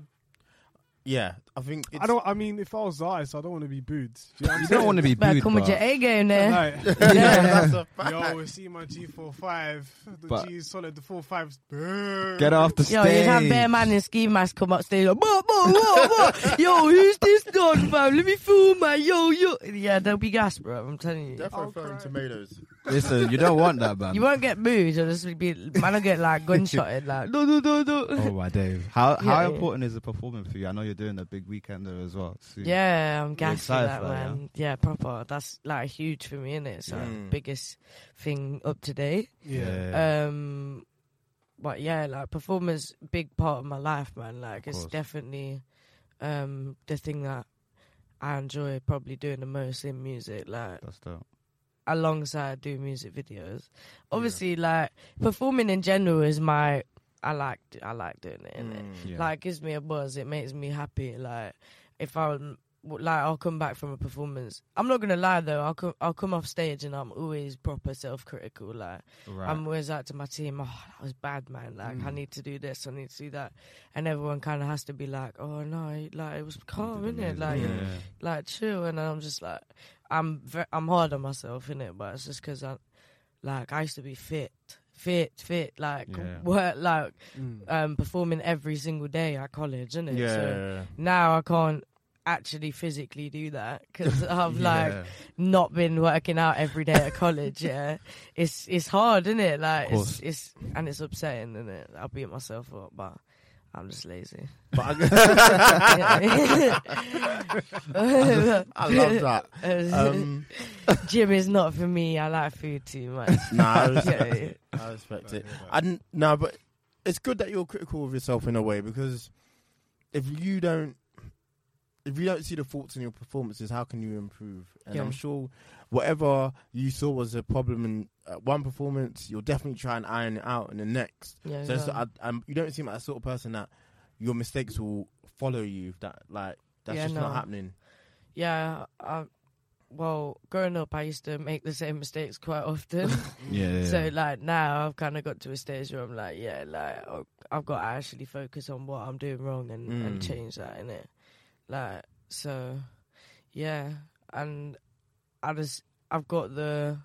yeah, I think it's, I don't. I mean, if I was the artist, I don't want to be booed. Do you know what I'm You don't want to be Better booed, come with your but A game there. saying? Like, That's a fact. Yo, we see my G four five. The But- G solid. The four fives. Burn. get off the Yo, stage. you'd have bear man in ski mask come upstairs. Like, whoa, whoa, whoa, whoa. yo, who's this dog, fam? Let me fool my yo, yo. Yeah, they'll be gas, bro. I'm telling you. Defo throwing tomatoes. Listen, you don't want that, man. You won't get booed. You'll just be, man, will get like gunshotted. Like, no, no, no, no. Oh my Dave, how how Yeah. important is the performance for you? I know you're doing a big weekend there as well. soon. Yeah, I'm gassed for excited that, for that, yeah? man. Yeah? proper. That's like huge for me, innit? It's like Mm. biggest thing up to date. Yeah. Um, but yeah, like performance, big part of my life, man. Like it's course. definitely um the thing that I enjoy probably doing the most in music. Like that's dope. alongside doing music videos, obviously, like performing in general is my. I like I like doing it. Mm, innit? Yeah. Like, it gives me a buzz. It makes me happy. Like, if I w- like, I'll come back from a performance. I'm not gonna lie though. I'll come I'll come off stage and I'm always proper self critical. Like, right. Hmm. I'm always like to my team, oh, that was bad, man. Like, I need to do this, I need to do that. And everyone kind of has to be like, oh, no, like, it was calm, innit? Like, yeah. like, chill. And I'm just like, I'm ve I'm hard on myself, innit? But it's just because I, like, I used to be fit, fit, fit, like, Yeah. work, like, Mm. um, performing every single day at college, innit? Yeah, So now I can't actually physically do that because I've, like, Yeah. not been working out every day at college, yeah, it's it's hard, isn't it? Like course. it's, it's and it's upsetting, isn't it? I'll beat myself up, but I'm just lazy. but I, I love that. Um, Gym is not for me. I like food too much. nah, I Yeah, respect yeah. it. I respect it. I didn't, no, but it's good that you're critical of yourself in a way because if you don't, if you don't see the faults in your performances, how can you improve? And Yeah. I'm sure whatever you saw was a problem in uh, one performance, you'll definitely try and iron it out in the next. Yeah, so it's- yeah. I, I'm, you don't seem like the sort of person that your mistakes will follow you. That like that's Yeah, just no. not happening. yeah, I, well, growing up, I used to make the same mistakes quite often. Yeah. yeah, So yeah. like now, I've kind of got to a stage where I'm like, yeah, like I- I've got to actually focus on what I'm doing wrong and, and Mm. change that in it. Like so, yeah, and I just I've got the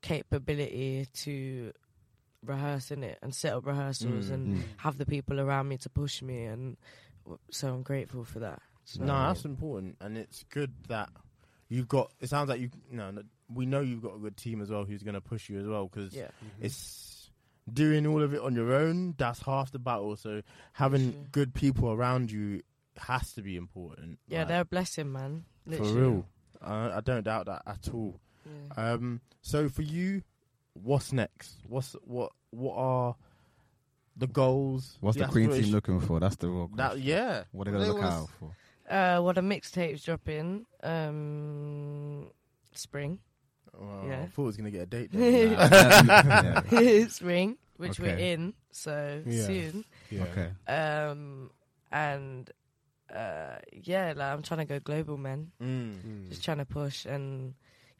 capability to rehearse in it and set up rehearsals Mm. and Mm. have the people around me to push me, and w- so I'm grateful for that. Do you No, know what I that's mean? important, and it's good that you've got. It sounds like you. No, no, we know you've got a good team as well, who's going to push you as well. Because yeah. it's doing all of it on your own. That's half the battle. So having Sure. good people around you has to be important. Yeah, like, they're a blessing, man. Literally. for real. I, I don't doubt that at all. Yeah. Um, so for you, what's next? What's what? What are the goals? What's the Queen team aspiration- looking for? That's the real question. That yeah. what are they gonna They look wanna out s- for? Uh, what a mixtape's dropping. Um, spring, Well, Yeah. I thought I was gonna get a date. Nah, Then. yeah. spring, which we're Okay. in so Yeah. soon. Yeah. Okay. Um, and uh, yeah, like I'm trying to go global, man. Mm. Mm. Just trying to push and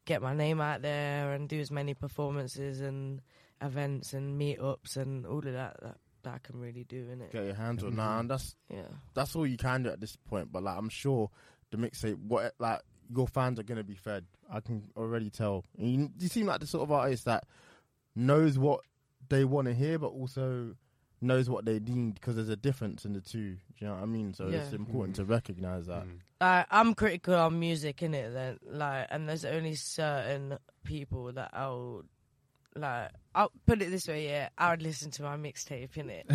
get my name out there and do as many performances and events and meetups and all of that that, that I can really do in it. Get your hands on. Mm-hmm. Nah, that's Yeah. that's all you can do at this point. But like, I'm sure the mixtape, what like your fans are gonna be fed. I can already tell. And You, you seem like the sort of artist that knows what they want to hear, but also knows what they need because there's a difference in the two. Do you know what I mean? So it's Yeah. important to recognize that. Mm. like I'm critical on music in it then like and there's only certain people that I'll like I'll put it this way yeah I would listen to my mixtape in it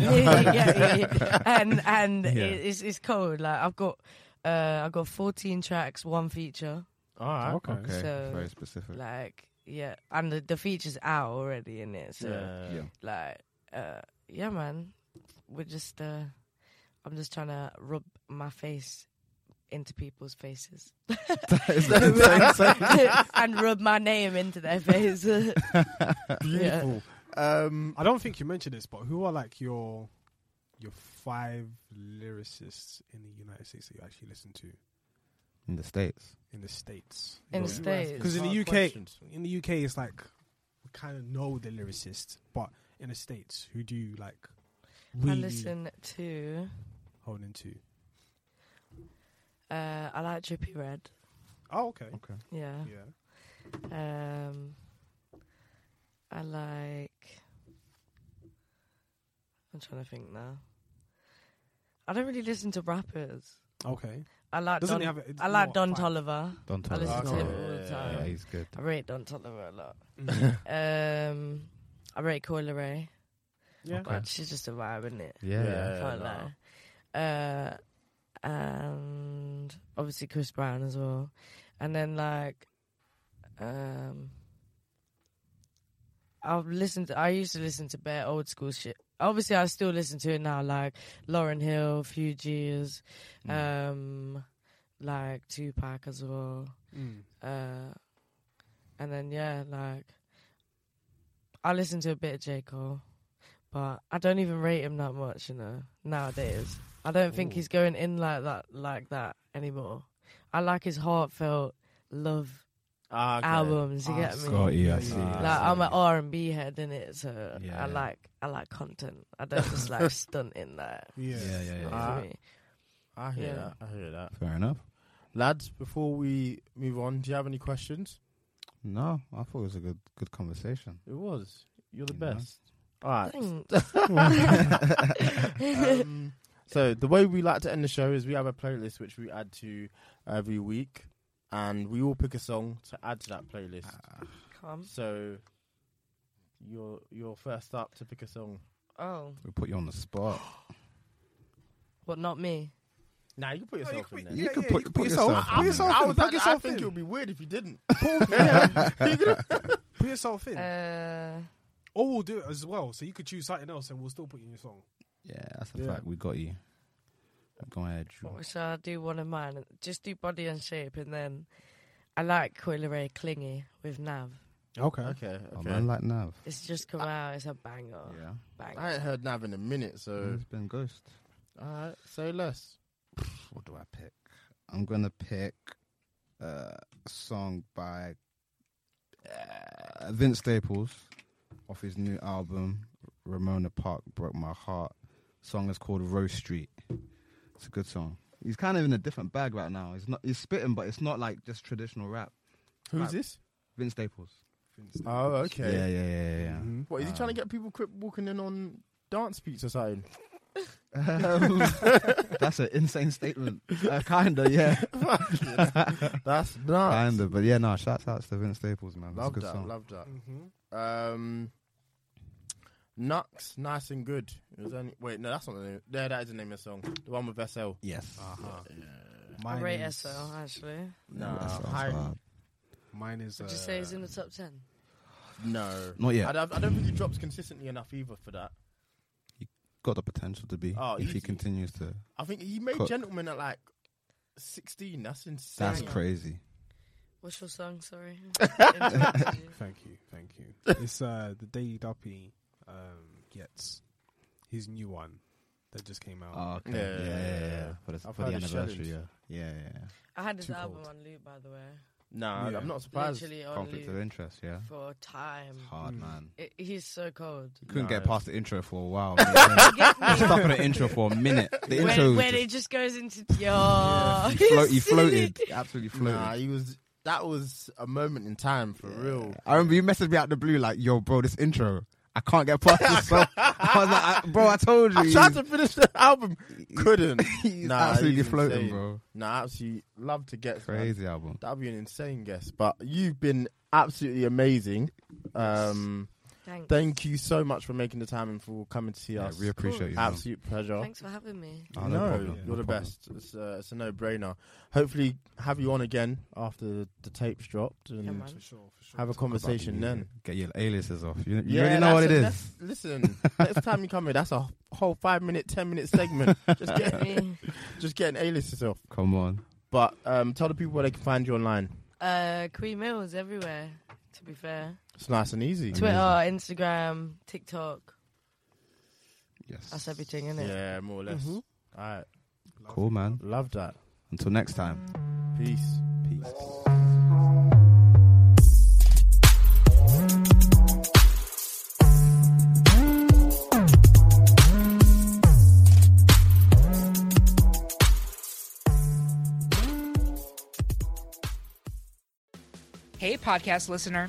and and Yeah. it, it's it's cold like I've got uh I've got 14 tracks one feature All right. Okay. Okay. So, Very specific. like yeah and the, the feature's out already in it so yeah. like uh yeah man we're just uh i'm just trying to rub my face into people's faces and rub my name into their face Beautiful. Um, I don't think you mentioned this, but who are like your your five lyricists in the United States that you actually listen to In the states. in the states? In the Yeah. States. because in the Hard UK, questions. in the UK, it's like we kind of know the lyricists, but in the states, who do you like i really listen to hold into? uh i like drippy red Oh, okay, Okay. yeah yeah. um i like i'm trying to think now i don't really listen to rappers Okay, i like Doesn't don, he have a- i like what, don five? tolliver Don't I talk listen about to Okay. him it. all the Yeah, time. Yeah, he's good. I rate Don Toliver a lot. Mm. Um, I rate Coyle Ray. yeah, Okay. She's just a vibe, isn't it? Yeah. Yeah. yeah. Can't no. lie. Uh, and obviously Chris Brown as well. And then like, um, I've listened. To, I used to listen to bare old school shit. Obviously, I still listen to it now, like Lauren Hill, Fugees, um, like Tupac as well. Mm. Uh, and then yeah, like I listen to a bit of J Cole, but I don't even rate him that much, you know. Nowadays, I don't think Ooh. he's going in like that, like that anymore. I like his heartfelt love Ah, okay. albums. You Ah, get me? Scott, yeah, I see. yeah. Like I'm an R and B head in it, so Yeah. I like I like content. I don't just like stunt in that. yeah, Yeah, yeah, yeah. Ah. For me. I hear Yeah. that. I hear that. Fair enough. Lads, before we move on, do you have any questions? No, I thought it was a good good conversation. It was. You're the You know. best. All right. Thanks. um, so the way we like to end the show is we have a playlist which we add to every week, and we all pick a song to add to that playlist. Ah. Calm. So you're you're first up to pick a song. Oh, We put you on the spot. but not me. Now you can put yourself in there. you could put, put yourself. I, in was- put there. yourself I in, was plug like, I yourself think in. it would be weird if you didn't. Put yourself in, Uh. or we'll do it as well. So you could choose something else, and we'll still put you in your song. Yeah, that's a Yeah. fact. We got you. Go ahead, Drew. What shall I do one of mine? Just do body and shape, and then I like Coil Ray Clingy with Nav. Okay, okay, Oh, okay. man, like Nav. It's just come out. It's a banger, Ah. Yeah, banger. I ain't heard Nav in a minute, so it's been ghost. all right, say less. What do I pick? I'm gonna pick. uh, song by uh, Vince Staples off his new album Ramona Park broke my heart. Song is called Rose Street. It's a good song. He's kind of in a different bag right now. He's not he's spitting, but it's not like just traditional rap. Who's Right. this? Vince Staples. Oh, okay. Yeah, yeah, yeah, yeah. yeah. Mhm. What is he trying to get people quit walking in on dance beats or something? Um, that's an insane statement. Uh, kinda, yeah. That's nice. Kinda, but yeah, no. Shouts out to Vince Staples, man. That's a Love good that. song. Love that. Mm-hmm. Um, Nux, nice and good. It was only wait, no, that's not the name. Yeah, that is the name of the song. The one with SL. Yes. Ah, Uh-huh. I Mine rate is- SL actually. No, That sounds I- hard. Mine is. Would uh, you say he's in the top ten? no, Not yet. I, don't- I don't think he drops consistently enough either for that. Got the potential to be Oh, if easy. he continues to. I think he made Cook. Gentleman at like sixteen. That's insane. That's crazy. What's your song? Sorry. Interrupted you. Thank you, thank you. it's uh, the Daily Duppy um, gets his new one that just came out. Oh, okay. Yeah, Yeah, yeah, yeah, yeah. yeah, yeah. For, the, I've for the heard it's anniversary, yeah. challenged. Yeah, yeah, yeah. I had this Too album cold. on loop, by the way. Nah, Yeah. I'm not surprised. Literally on Conflict of loop interest, yeah. for time. mm. Hard, man. It, he's so cold. Couldn't get No. past the intro for a while. I Get me? was stuck on the intro for a minute. The intro was when, when just it just goes into yeah, float, he floated. Absolutely floated. Nah, he was. That was a moment in time for real. I remember you messaged me out the blue like, "Yo, bro, this intro, I can't get past this song." I was like, I, "Bro, I told you." I tried to finish the album, couldn't. He's absolutely he's floating, insane. bro. Nah, absolutely love to get Crazy album. That'd be an insane guess, but you've been absolutely amazing. Um, Thanks. thank you so much for making the time and for coming to see Yeah, us. we appreciate you. man. Absolute pleasure. Thanks for having me. Oh, no, problem, you're no the problem. best. It's a, it's a no-brainer. Hopefully, have you on again after the tapes dropped and Yeah, man. for sure, for sure. have a conversation then. Get your aliases off. You, you Yeah, already know what it that's is. a- that's- Listen, next time you come here, that's a whole five-minute, ten-minute segment. just get Me. just get an A-list yourself. Come on. But um, tell the people where they can find you online. Uh, Queen Mills everywhere. To be fair, It's nice and easy. Amazing. Twitter, Instagram, TikTok. Yes. That's everything, isn't it? Yeah, more or less. Mm-hmm. All right, Cool, man. love that. Until next time. Peace. Peace. Hey, podcast listener.